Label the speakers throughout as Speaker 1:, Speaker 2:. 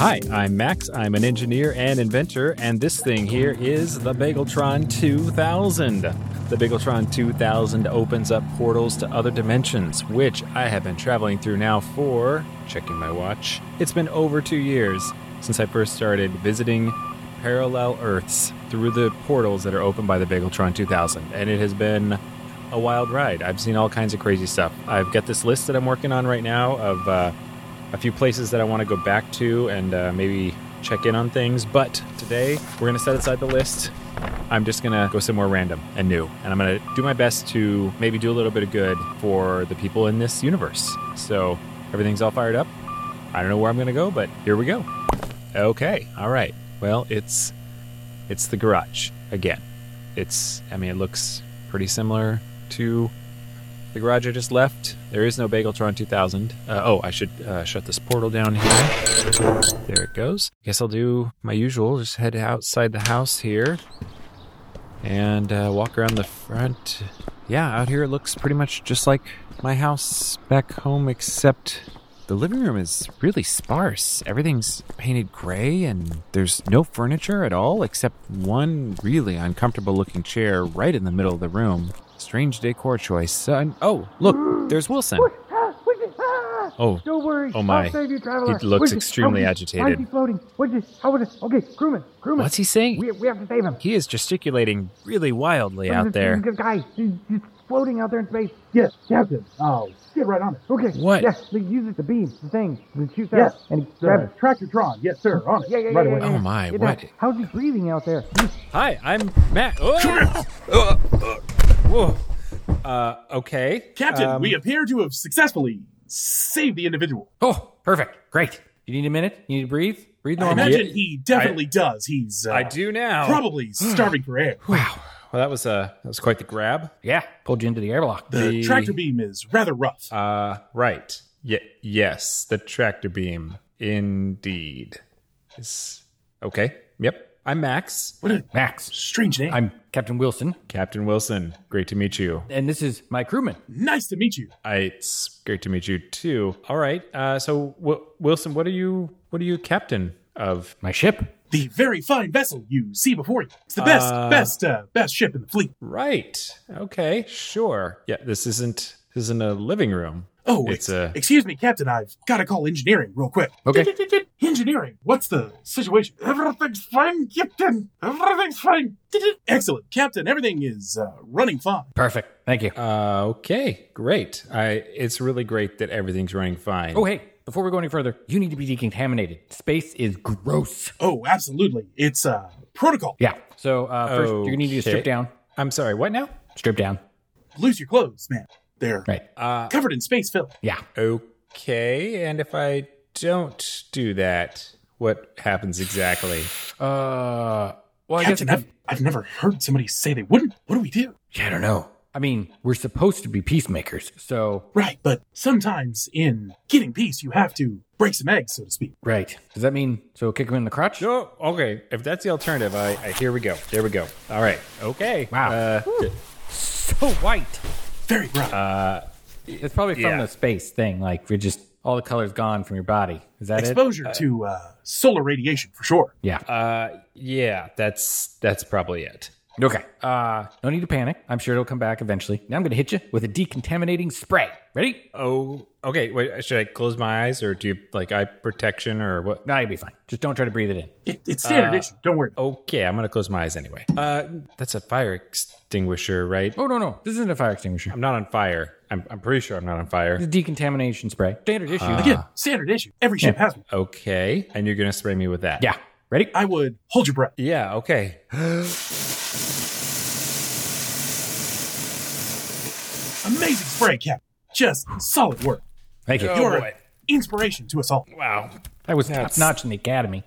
Speaker 1: Hi, I'm Max. I'm an engineer and inventor, and this thing here is the Bageltron 2000. The Bageltron 2000 opens up portals to other dimensions, which I have been traveling through now for, checking my watch, it's been over two years since I first started visiting parallel Earths through the portals that are opened by the Bageltron 2000, and it has been a wild ride. I've seen all kinds of crazy stuff. I've got this list that I'm working on right now of. Uh, a few places that I want to go back to and uh, maybe check in on things. But today, we're going to set aside the list. I'm just going to go somewhere random and new. And I'm going to do my best to maybe do a little bit of good for the people in this universe. So everything's all fired up. I don't know where I'm going to go, but here we go. Okay. All right. Well, it's it's the garage again. It's I mean it looks pretty similar to the garage I just left. There is no Bageltron 2000. Uh, oh, I should uh, shut this portal down here. There it goes. Guess I'll do my usual. Just head outside the house here and uh, walk around the front. Yeah, out here it looks pretty much just like my house back home, except the living room is really sparse. Everything's painted gray, and there's no furniture at all except one really uncomfortable looking chair right in the middle of the room. Strange decor choice. Uh, and- oh, look, there's Wilson. Oh,
Speaker 2: Don't worry.
Speaker 1: Oh, my.
Speaker 2: Ah! I'll save you, traveler.
Speaker 1: He looks
Speaker 2: What is it?
Speaker 1: extremely
Speaker 2: How is it? Why is
Speaker 1: agitated.
Speaker 2: he floating? What is this? How is this? Okay, crewman, crewman.
Speaker 1: what's he saying?
Speaker 2: We, we have to save him.
Speaker 1: He is gesticulating really wildly out
Speaker 2: This-
Speaker 1: there.
Speaker 2: This guy, he's, he's floating out there in space. Yes, Captain. Oh, get right on it. Okay.
Speaker 1: What?
Speaker 2: Yes, we use it, the beam, the thing, the shoots out.
Speaker 3: Yes,
Speaker 2: And he grab
Speaker 3: Sir,
Speaker 2: it.
Speaker 3: tractor Tron, yes, sir, on it.
Speaker 2: Yeah, yeah, yeah.
Speaker 3: right
Speaker 2: yeah,
Speaker 3: away.
Speaker 2: yeah.
Speaker 1: Oh, my,
Speaker 2: Get
Speaker 1: what?
Speaker 2: down. How's he breathing out there?
Speaker 1: Hi, I'm Matt. Oh! Whoa. Uh, okay.
Speaker 3: Captain,
Speaker 1: Um,
Speaker 3: we appear to have successfully saved the individual.
Speaker 4: Oh, perfect. Great. You need a minute? You need to breathe? Breathe
Speaker 3: I
Speaker 4: normal.
Speaker 3: imagine he definitely does. He's uh,
Speaker 1: I do now.
Speaker 3: probably starving for air.
Speaker 1: Well, that was uh, that was quite the grab.
Speaker 4: Yeah. Pulled you into the airlock.
Speaker 3: The
Speaker 1: The-
Speaker 3: tractor beam is rather rough.
Speaker 1: Uh, right. Ye- yes, the tractor beam, indeed. Is okay. Yep. I'm Max,
Speaker 3: what a
Speaker 4: Max.
Speaker 3: strange name.
Speaker 4: I'm Captain Wilson,
Speaker 1: Captain Wilson. Great to meet you.
Speaker 4: and this is my crewman.
Speaker 3: nice to meet you.
Speaker 1: I, it's great to meet you too. All right. Uh, so w- Wilson, what are you? What are you captain of?
Speaker 4: My ship.
Speaker 3: The very fine vessel you see before you. It's the best, best, uh, best ship in the fleet.
Speaker 1: Right. Okay. Sure. Yeah. This isn't. This isn't a living room.
Speaker 3: Oh,
Speaker 1: it's
Speaker 3: it's
Speaker 1: a.
Speaker 3: excuse me, Captain. I've got to call engineering real quick.
Speaker 4: uh, Okay.
Speaker 3: Engineering, what's the situation? Everything's fine, Captain. Everything's fine. Excellent, Captain. Everything is uh, running fine.
Speaker 4: Perfect. Thank you.
Speaker 1: Uh, okay. Great. I. It's really great that everything's running fine.
Speaker 4: oh, hey. Before we go any further, you need to be decontaminated. Space is gross.
Speaker 3: Oh, absolutely. It's uh, protocol.
Speaker 4: Yeah. So uh, first, you're gonna need to
Speaker 1: Okay.
Speaker 4: strip down.
Speaker 1: I'm sorry. What now?
Speaker 4: Strip down.
Speaker 3: Lose your clothes, man. They're
Speaker 4: Right.
Speaker 1: Uh,
Speaker 3: covered in space film.
Speaker 4: Yeah.
Speaker 1: okay. And if I don't do that, what happens exactly?
Speaker 4: Uh. Well, I guess.
Speaker 3: Captain, I've, I've never heard somebody say they wouldn't. What do we do?
Speaker 4: yeah, I don't know. I mean, we're supposed to be peacemakers, so
Speaker 3: Right, but sometimes in getting peace, you have to break some eggs, so to speak.
Speaker 4: right. Does that mean so kick him in the crotch?
Speaker 1: Oh, okay. If that's the alternative, I, I here we go. There we go. All right. Okay.
Speaker 4: Wow.
Speaker 1: Uh,
Speaker 4: So white.
Speaker 3: Very rough.
Speaker 4: It's probably from
Speaker 1: Yeah.
Speaker 4: the space thing. Like you're just all the colors gone from your body. Is that it?
Speaker 3: Exposure to uh, solar radiation, for sure.
Speaker 4: Yeah.
Speaker 1: uh, yeah. That's that's probably it.
Speaker 4: okay. Uh, no need to panic. I'm sure it'll come back eventually. Now I'm going to hit you with a decontaminating spray. Ready?
Speaker 1: Oh, okay. Wait, should I close my eyes or do you like eye protection or what?
Speaker 4: No, you'll be fine. Just don't try to breathe it in.
Speaker 3: It, it's
Speaker 4: uh,
Speaker 3: standard issue. Don't worry. about
Speaker 1: Okay, I'm gonna close my eyes anyway. Uh, that's a fire extinguisher, right?
Speaker 4: Oh no, no, this isn't a fire extinguisher.
Speaker 1: I'm not on fire. I'm, I'm pretty sure I'm not on fire.
Speaker 4: This is decontamination spray. Standard issue.
Speaker 3: it. Again, standard issue. Every ship has one.
Speaker 1: Okay, and you're gonna spray me with that?
Speaker 4: yeah. Ready?
Speaker 3: I would hold your breath.
Speaker 1: Yeah. Okay.
Speaker 3: Amazing spray, Captain. Just solid work.
Speaker 4: Thank you.
Speaker 3: You're an inspiration to us all.
Speaker 1: Wow.
Speaker 4: That was top notch in the academy.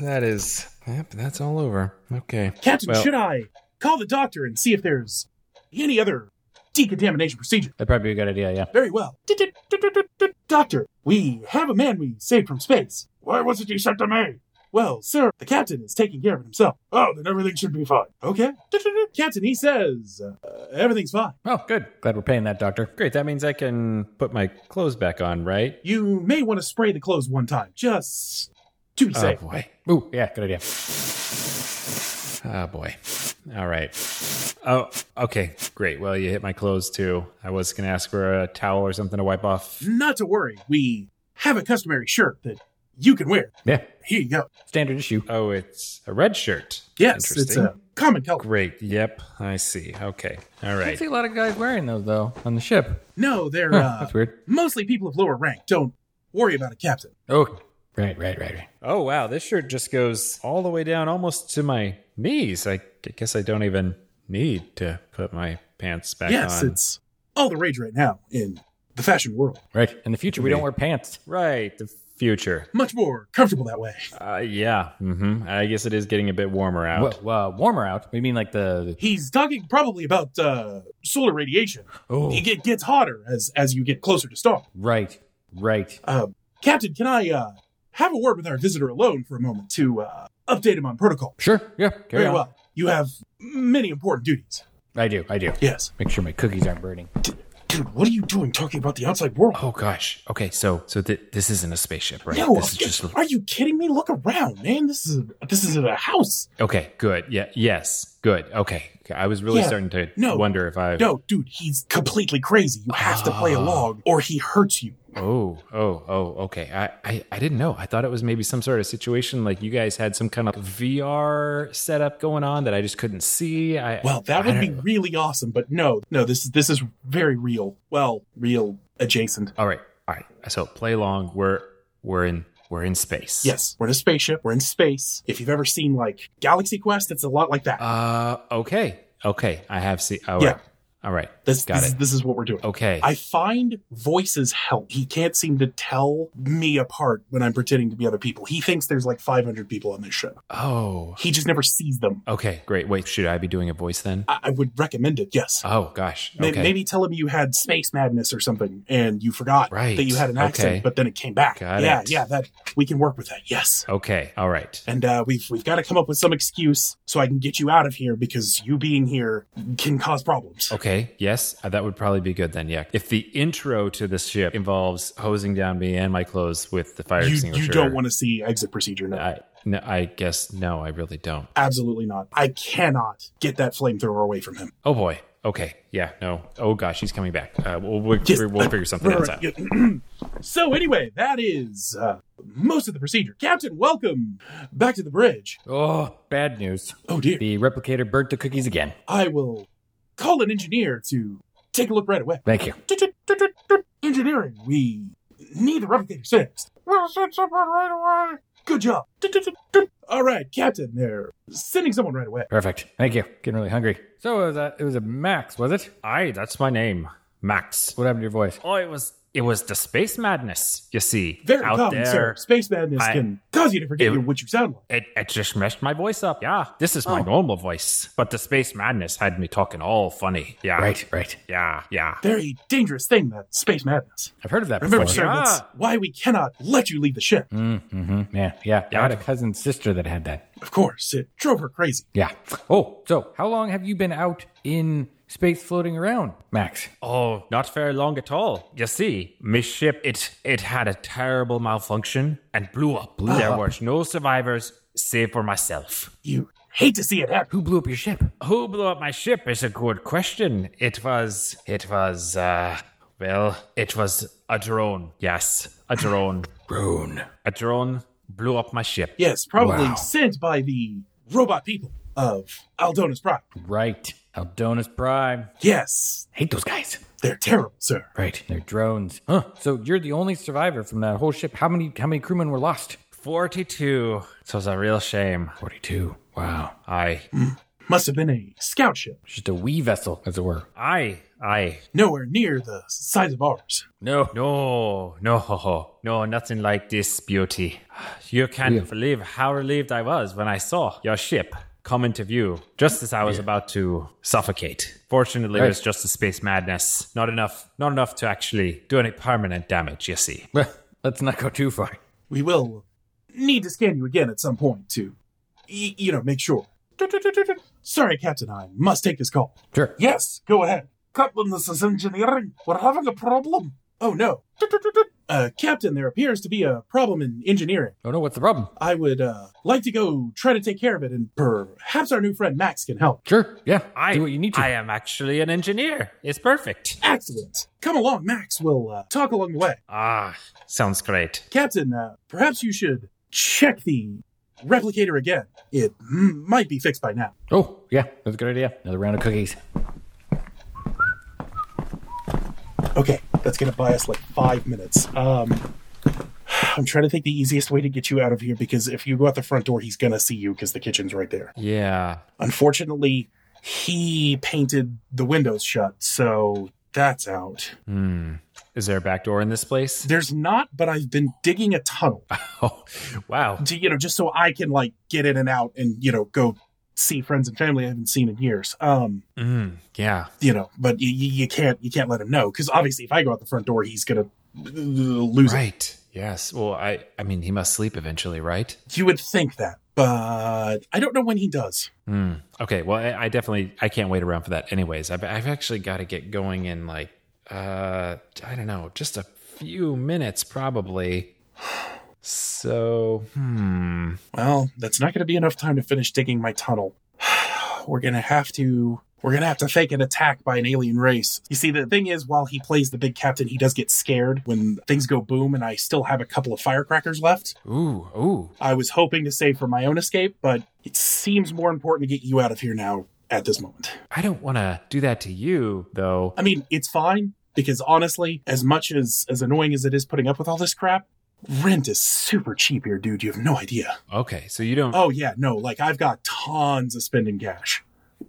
Speaker 1: That is. Yep. That's all over. Okay.
Speaker 3: Captain,
Speaker 1: Well-
Speaker 3: should I call the doctor and see if there's any other decontamination procedure?
Speaker 4: That'd probably be a good idea. Yeah.
Speaker 3: Very well. Doctor, we have a man we saved from space. Why wasn't he sent to me? Well, sir, the captain is taking care of it himself. Oh, then everything should be fine. Okay. Captain, he says uh, everything's fine.
Speaker 4: Oh, good. Glad we're paying that doctor.
Speaker 1: Great. That means I can put my clothes back on, right?
Speaker 3: You may want to spray the clothes one time, just to be
Speaker 4: Oh
Speaker 3: safe.
Speaker 4: boy. Ooh, yeah, good idea. Oh boy.
Speaker 1: Ah, All right. Oh, okay. Great. Well, you hit my clothes too. I was going to ask for a towel or something to wipe off.
Speaker 3: Not to worry, we have a customary shirt that you can wear.
Speaker 4: Yeah,
Speaker 3: Here you go.
Speaker 4: standard issue.
Speaker 1: Oh, it's a red shirt.
Speaker 3: Yes, it's
Speaker 1: Interesting.
Speaker 3: a common color.
Speaker 1: Great. Yep. I see. Okay. All
Speaker 4: I
Speaker 1: right.
Speaker 4: see a lot of guys wearing those though on the ship.
Speaker 3: No, they're
Speaker 4: Huh,
Speaker 3: uh,
Speaker 4: that's weird.
Speaker 3: mostly people of lower rank. Don't worry about a captain.
Speaker 4: Oh, right, right, right, right.
Speaker 1: Oh, wow. This shirt just goes all the way down almost to my knees. I g- guess I don't even need to put my pants back
Speaker 3: yes,
Speaker 1: on.
Speaker 3: it's all the rage right now in the fashion world.
Speaker 4: Right. In the future, we don't wear pants.
Speaker 1: right. The future.
Speaker 3: Much more comfortable that way.
Speaker 1: Uh, yeah. Mm-hmm. I guess it is getting a bit warmer out.
Speaker 4: Well, uh, warmer out. We mean like the.
Speaker 3: He's talking probably about uh, solar radiation.
Speaker 4: Oh,
Speaker 3: It get- gets hotter as as you get closer to star.
Speaker 4: right, right.
Speaker 3: Um, Captain, can I uh, have a word with our visitor alone for a moment to uh, update him on protocol?
Speaker 4: Sure. Yeah. Carry
Speaker 3: Very
Speaker 4: on.
Speaker 3: well. You have many important duties.
Speaker 4: I do. I do.
Speaker 3: Yes.
Speaker 4: Make sure my cookies aren't burning.
Speaker 3: Dude, what are you doing talking about the outside world?
Speaker 1: Oh gosh. Okay, so so th- this isn't a spaceship, right?
Speaker 3: No,
Speaker 1: this is
Speaker 3: are you-
Speaker 1: just
Speaker 3: are you kidding me? Look around, man. This is a, this is a house.
Speaker 1: okay. Good. Yeah. Yes. Good. Okay. Okay, I was really
Speaker 3: Yeah.
Speaker 1: starting to
Speaker 3: No.
Speaker 1: wonder if I.
Speaker 3: No, dude, he's completely crazy. You have to
Speaker 1: Ah.
Speaker 3: play along, or he hurts you.
Speaker 1: Oh. Oh. Oh. Okay. I, I I didn't know. I thought it was maybe some sort of situation like you guys had some kind of VR setup going on that I just couldn't see. I
Speaker 3: Well,
Speaker 1: I
Speaker 3: that would be
Speaker 1: don't-
Speaker 3: really awesome, but no, no, this is this is very real. Well, real adjacent.
Speaker 1: All right. All right. So play along. We're we're in we're in space.
Speaker 3: Yes, we're in a spaceship. We're in space. If you've ever seen like Galaxy Quest, it's a lot like that.
Speaker 1: Uh. Okay. Okay. I have seen. All
Speaker 3: Yeah.
Speaker 1: right. All right.
Speaker 3: this,
Speaker 1: got
Speaker 3: this,
Speaker 1: it.
Speaker 3: this is what we're doing.
Speaker 1: Okay.
Speaker 3: I find voices help. He can't seem to tell me apart when I'm pretending to be other people. He thinks there's like 500 people on this show.
Speaker 1: oh.
Speaker 3: He just never sees them.
Speaker 1: Okay. Great. Wait. Should I be doing a voice then?
Speaker 3: I, I would recommend it. Yes.
Speaker 1: Oh gosh.
Speaker 3: May-
Speaker 1: Okay.
Speaker 3: Maybe tell him you had space madness or something, and you forgot
Speaker 1: Right.
Speaker 3: that you had an accent,
Speaker 1: Okay.
Speaker 3: but then it came back.
Speaker 1: Got
Speaker 3: yeah,
Speaker 1: it.
Speaker 3: yeah. That we can work with that. Yes.
Speaker 1: Okay. All right.
Speaker 3: And uh, we've we've got to come up with some excuse so I can get you out of here because you being here can cause problems.
Speaker 1: Okay. Yes, uh, that would probably be good then. Yeah. If the intro to this ship involves hosing down me and my clothes with the fire
Speaker 3: you
Speaker 1: extinguisher,
Speaker 3: you don't want to see exit procedure. No,
Speaker 1: I no, I guess no. I really don't.
Speaker 3: absolutely not. I cannot get that flamethrower away from him.
Speaker 1: Oh boy. Okay. Yeah. No. Oh gosh, he's coming back. Uh, we'll we'll,
Speaker 3: Yes,
Speaker 1: we'll
Speaker 3: uh,
Speaker 1: figure something else
Speaker 3: Right,
Speaker 1: out.
Speaker 3: right, yeah. so anyway, that is uh, most of the procedure. Captain, welcome back to the bridge.
Speaker 4: Oh, bad news.
Speaker 3: Oh dear.
Speaker 4: The replicator burnt the cookies again.
Speaker 3: I will call an engineer to take a look right away.
Speaker 4: Thank you.
Speaker 3: Engineering, we need the replicator fixed. We'll send someone right away. Good job. All right, Captain, they're sending someone right away.
Speaker 4: Perfect. Thank you. Getting really hungry. So it was a, it was a Max, was it?
Speaker 1: Aye, that's my name, Max.
Speaker 4: What happened to your voice?
Speaker 1: Oh, it was it was the space madness. You see,
Speaker 3: Very
Speaker 1: out
Speaker 3: common,
Speaker 1: there.
Speaker 3: sir. Space madness
Speaker 1: I-
Speaker 3: can cause you to forget
Speaker 1: It-
Speaker 3: what you sound like.
Speaker 1: It, it just messed my voice up. Yeah, this is my
Speaker 4: Oh.
Speaker 1: normal voice, but the space madness had me talking all funny. Yeah,
Speaker 4: Right, right.
Speaker 1: Yeah, yeah.
Speaker 3: Very dangerous thing, that space madness.
Speaker 4: I've heard of that
Speaker 3: Remember,
Speaker 4: before.
Speaker 3: sir, that's why we cannot let you leave the ship.
Speaker 4: Mm-hmm. Yeah, yeah. I
Speaker 1: Yeah.
Speaker 4: had a cousin's sister that had that.
Speaker 3: Of course, it drove her crazy.
Speaker 4: Yeah. Oh, so how long have you been out in space floating around, Max?
Speaker 1: Oh, not very long at all. You see, my ship it it had a terrible malfunction and blew up. There were no survivors save for myself.
Speaker 3: You hate to see it happen.
Speaker 4: Who blew up your ship?
Speaker 1: Who blew up my ship is a good question. It was it was uh well, it was a drone. Yes, a drone.
Speaker 4: Drone.
Speaker 1: a drone blew up my ship.
Speaker 3: Yes, probably
Speaker 4: Wow.
Speaker 3: sent by the robot people of Aldona's Prime.
Speaker 4: Right. Aldonis Prime.
Speaker 3: Yes,
Speaker 4: Hate those guys.
Speaker 3: they're terrible, sir.
Speaker 4: Right. They're drones. Huh. So you're the only survivor from that whole ship. How many how many crewmen were lost?
Speaker 1: 42. This was a real shame.
Speaker 4: Forty two. Wow.
Speaker 1: I
Speaker 3: Must have been a scout ship,
Speaker 4: Just a wee vessel, as it were.
Speaker 1: I I
Speaker 3: nowhere near the size of ours.
Speaker 4: No.
Speaker 1: No, no, ho, ho. no, nothing like this beauty. You can't
Speaker 4: Yeah.
Speaker 1: believe how relieved I was when I saw your ship come into view just as I was about to suffocate. Fortunately, it was
Speaker 4: Right.
Speaker 1: just a space madness. Not enough, not enough to actually do any permanent damage, you see.
Speaker 4: Well, let's not go too far.
Speaker 3: We will need to scan you again at some point to, y- you know, make sure. Sorry, Captain, I must take this call.
Speaker 4: Sure.
Speaker 3: Yes, go ahead. Captain, this is engineering. We're having a problem. Oh no. Uh, Captain, there appears to be a problem in engineering.
Speaker 4: Oh no, what's the problem?
Speaker 3: I would uh, like to go try to take care of it, and perhaps our new friend Max can help.
Speaker 4: Sure, yeah,
Speaker 5: I
Speaker 4: do what you need to.
Speaker 5: I am actually an engineer. It's perfect.
Speaker 3: Excellent. Come along, Max. We'll uh, talk along the way.
Speaker 5: Ah, sounds great.
Speaker 3: Captain, uh, perhaps you should check the replicator again. It m- might be fixed by now.
Speaker 4: oh yeah, that's a good idea. Another round of cookies.
Speaker 3: Okay, that's gonna buy us like five minutes. Um, I'm trying to think the easiest way to get you out of here because if you go out the front door, he's gonna see you because the kitchen's right there.
Speaker 5: Yeah.
Speaker 3: Unfortunately, he painted the windows shut, so that's out.
Speaker 5: Hmm. Is there a back door in this place?
Speaker 3: There's not, but I've been digging a tunnel
Speaker 5: Oh, wow.
Speaker 3: to you know just so I can like get in and out and you know go see friends and family I haven't seen in years. Um,
Speaker 1: Hmm.
Speaker 5: Mm, yeah.
Speaker 3: you know, but you, you can't you can't let him know because obviously if I go out the front door, he's gonna uh, lose it.
Speaker 5: Right. Yes. Well, I I mean, he must sleep eventually, right?
Speaker 3: You would think that, but I don't know when he does.
Speaker 5: Hmm. Okay. Well, I, I definitely I can't wait around for that. Anyways, I've, I've actually got to get going in like uh I don't know, just a few minutes probably. So hmm.
Speaker 3: Well, that's not going to be enough time to finish digging my tunnel. We're going to have to. We're going to have to fake an attack by an alien race. You see, the thing is, while he plays the big captain, he does get scared when things go boom, and I still have a couple of firecrackers left.
Speaker 5: Ooh. Ooh.
Speaker 3: I was hoping to save for my own escape, but it seems more important to get you out of here now at this moment.
Speaker 5: I don't want to do that to you though.
Speaker 3: I mean, it's fine because honestly, as much as as annoying as it is putting up with all this crap, rent is super cheap here, dude. You have no idea.
Speaker 5: Okay. So you don't.
Speaker 3: Oh yeah, no, like I've got tons of spending cash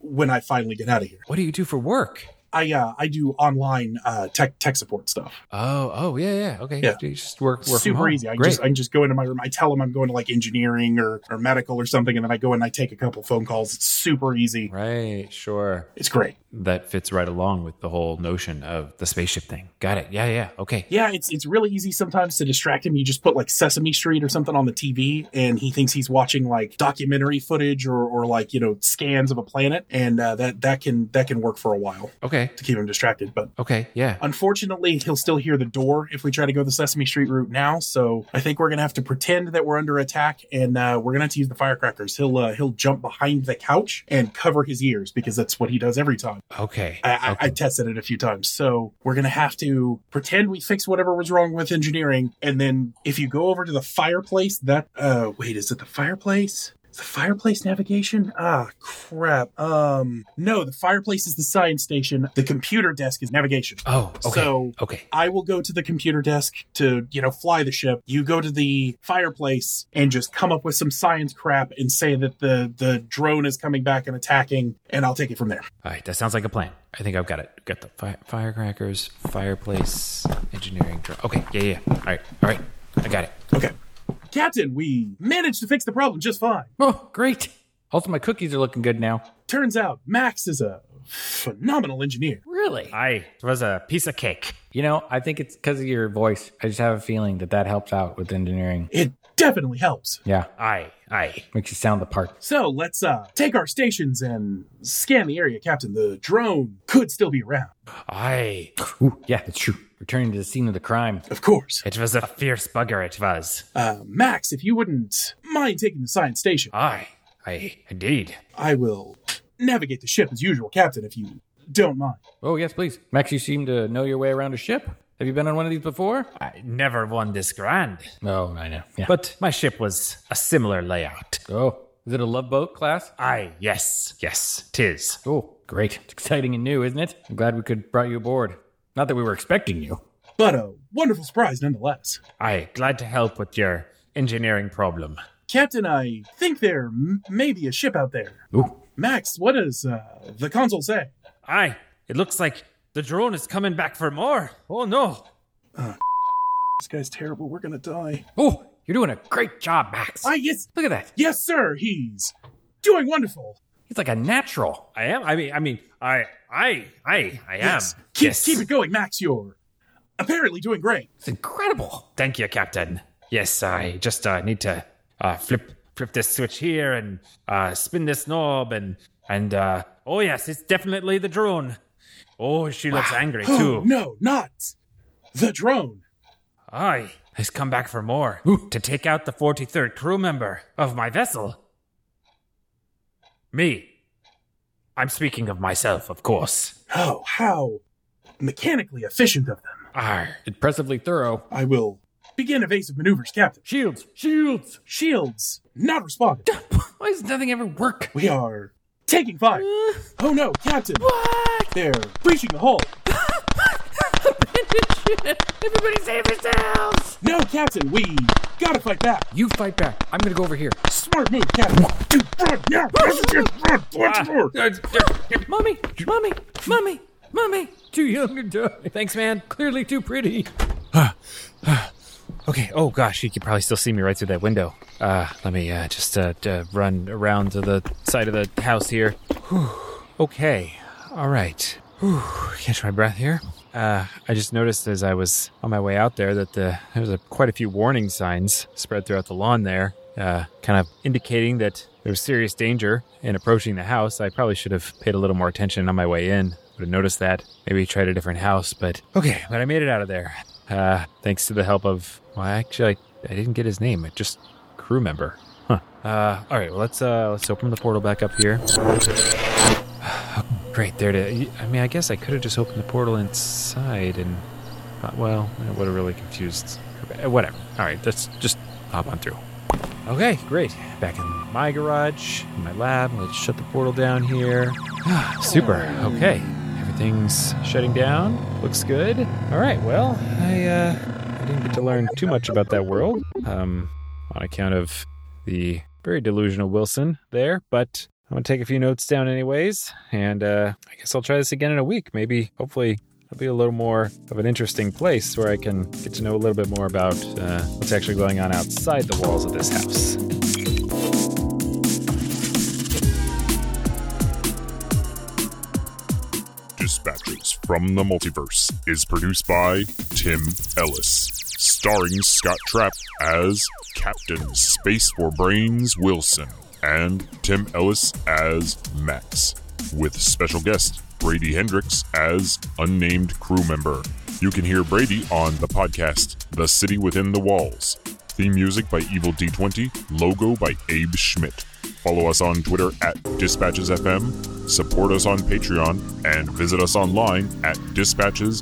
Speaker 3: when I finally get out of here.
Speaker 5: What do you do for work?
Speaker 3: I uh I do online uh tech tech support stuff.
Speaker 5: Oh, oh, yeah, yeah. Okay.
Speaker 3: Yeah.
Speaker 5: You just work, work from
Speaker 3: super
Speaker 5: home.
Speaker 3: easy. I can
Speaker 5: Great.
Speaker 3: just I can just go into my room. I tell them I'm going to like engineering or, or medical or something, and then I go and I take a couple phone calls. It's super easy.
Speaker 5: right. Sure.
Speaker 3: It's great.
Speaker 5: That fits right along with the whole notion of the spaceship thing. Got it. Yeah, yeah. Okay.
Speaker 3: Yeah, it's it's really easy sometimes to distract him. You just put like Sesame Street or something on the TV, and he thinks he's watching like documentary footage or, or like you know scans of a planet, and uh, that that can that can work for a while
Speaker 5: Okay.
Speaker 3: to keep him distracted. But
Speaker 5: Okay. Yeah.
Speaker 3: Uh, unfortunately, he'll still hear the door if we try to go the Sesame Street route now. So I think we're gonna have to pretend that we're under attack, and uh, we're gonna have to use the firecrackers. He'll uh, he'll jump behind the couch and cover his ears because that's what he does every time.
Speaker 5: Okay.
Speaker 3: I, I, I
Speaker 5: okay.
Speaker 3: tested it a few times. So we're going to have to pretend we fix whatever was wrong with engineering. And then if you go over to the fireplace, that, uh, wait, is it the fireplace? Is The fireplace navigation? Ah, crap. Um, no, the fireplace is the science station. The computer desk is navigation.
Speaker 5: oh, okay.
Speaker 3: So-
Speaker 5: okay.
Speaker 3: I will go to the computer desk to, you know, fly the ship. You go to the fireplace and just come up with some science crap and say that the the drone is coming back and attacking, and I'll take it from there.
Speaker 5: All right. That sounds like a plan. I think I've got it. Got the fi- firecrackers, fireplace, engineering. Dr- okay. Yeah, yeah. All right. All right. I got it.
Speaker 3: Okay. Captain, we managed to fix the problem just fine.
Speaker 4: Oh, great. Also, my cookies are looking good now.
Speaker 3: Turns out Max is a phenomenal engineer.
Speaker 4: Really?
Speaker 5: I was a piece of cake.
Speaker 4: You know, I think it's because of your voice. I just have a feeling that that helps out with engineering.
Speaker 3: It definitely helps.
Speaker 4: Yeah,
Speaker 5: I, I.
Speaker 4: makes you sound the part.
Speaker 3: So let's uh, take our stations and scan the area, Captain. The drone could still be around.
Speaker 5: I.
Speaker 4: Ooh, yeah, that's true. Returning to the scene of the crime.
Speaker 3: Of course.
Speaker 5: It was a fierce bugger, it was.
Speaker 3: Uh, Max, if you wouldn't mind taking the science station,
Speaker 5: I, I, indeed.
Speaker 3: I will navigate the ship as usual, Captain, if you don't mind.
Speaker 4: Oh, yes, please. Max, you seem to know your way around a ship. Have you been on one of these before?
Speaker 5: I never won this grand.
Speaker 4: Oh, I know. Yeah.
Speaker 5: But my ship was a similar layout.
Speaker 4: oh, is it a love boat class?
Speaker 5: Aye, yes, yes, tis.
Speaker 4: Oh, great. It's exciting and new, isn't it? I'm glad we could brought you aboard. Not that we were expecting you.
Speaker 3: But a wonderful surprise nonetheless.
Speaker 5: Aye, glad to help with your engineering problem.
Speaker 3: Captain, I think there m- may be a ship out there.
Speaker 4: Ooh.
Speaker 3: Max, what does uh, the console say?
Speaker 5: Aye, it looks like the drone is coming back for more. Oh no.
Speaker 3: This guy's terrible. We're gonna die.
Speaker 4: Oh, you're doing a great job, Max.
Speaker 3: Ah, yes,
Speaker 4: Look at that.
Speaker 3: yes, sir. He's doing wonderful.
Speaker 4: He's like a natural.
Speaker 5: I am. I mean, I mean, I, I, I, I am.
Speaker 3: Yes, keep, keep it going, Max. You're apparently doing great.
Speaker 4: It's incredible.
Speaker 5: Thank you, Captain. Yes, I just uh, need to uh, flip flip this switch here and uh, spin this knob and and uh, oh yes, it's definitely the drone. Oh, she looks angry too.
Speaker 3: no, not The drone.
Speaker 1: Aye, has come back for more to take out the 43rd crew member of my vessel. Me. I'm speaking of myself, of course.
Speaker 3: Oh, how mechanically efficient of them.
Speaker 1: Arr.
Speaker 4: Impressively thorough.
Speaker 3: I will begin evasive maneuvers, Captain.
Speaker 4: Shields, shields.
Speaker 3: Shields not responding.
Speaker 4: Why does nothing ever work?
Speaker 3: We are taking fire. Oh no, Captain.
Speaker 4: What?
Speaker 3: They're breaching the hull.
Speaker 4: Everybody save yourselves!
Speaker 3: No, Captain, we gotta fight back.
Speaker 4: You fight back. I'm gonna go over here.
Speaker 3: Smart move, Captain. Dude, run now. Run, run, run,
Speaker 1: Ah.
Speaker 3: run.
Speaker 4: Mommy, mommy, mommy, mommy. Too young to die.
Speaker 1: Thanks, man.
Speaker 4: Clearly too pretty.
Speaker 1: Okay. Oh gosh, you could probably still see me right through that window. Uh, let me uh, just uh, uh, run around to the side of the house here. Whew. Okay. All right. Whew. Catch my breath here. Uh, I just noticed as I was on my way out there that the, there was a, quite a few warning signs spread throughout the lawn there, uh, kind of indicating that there was serious danger in approaching the house. I probably should have paid a little more attention on my way in. Would have noticed that. Maybe tried a different house, but okay. But I made it out of there uh, thanks to the help of well, actually, I, I didn't get his name. It just crew member. Huh. Uh, all right. Well, let's uh, let's open the portal back up here. Great. There it is. I mean, I guess I could have just opened the portal inside, and uh, well, it would have really confused. uh, Whatever. All right. Let's just hop on through. Okay, great. Back in my garage, in my lab. Let's shut the portal down here. Ah, Super. Okay. Everything's shutting down. Looks good. All right. Well, I uh, I didn't get to learn too much about that world, um, on account of the very delusional Wilson there. But I'm gonna take a few notes down anyways, and uh, I guess I'll try this again in a week. Maybe, hopefully, it'll be a little more of an interesting place where I can get to know a little bit more about uh, what's actually going on outside the walls of this house.
Speaker 6: Dispatches from the Multiverse is produced by Tim Ellis, starring Scott Trapp as Captain Space for Brains Wilson and Tim Ellis as Max, with special guest Brady Hendricks as unnamed crew member. You can hear Brady on the podcast The City Within the Walls. Theme music by Evil D20, logo by Abe Schmidt. Follow us on Twitter at DispatchesFM, support us on Patreon, and visit us online at dispatches.fm.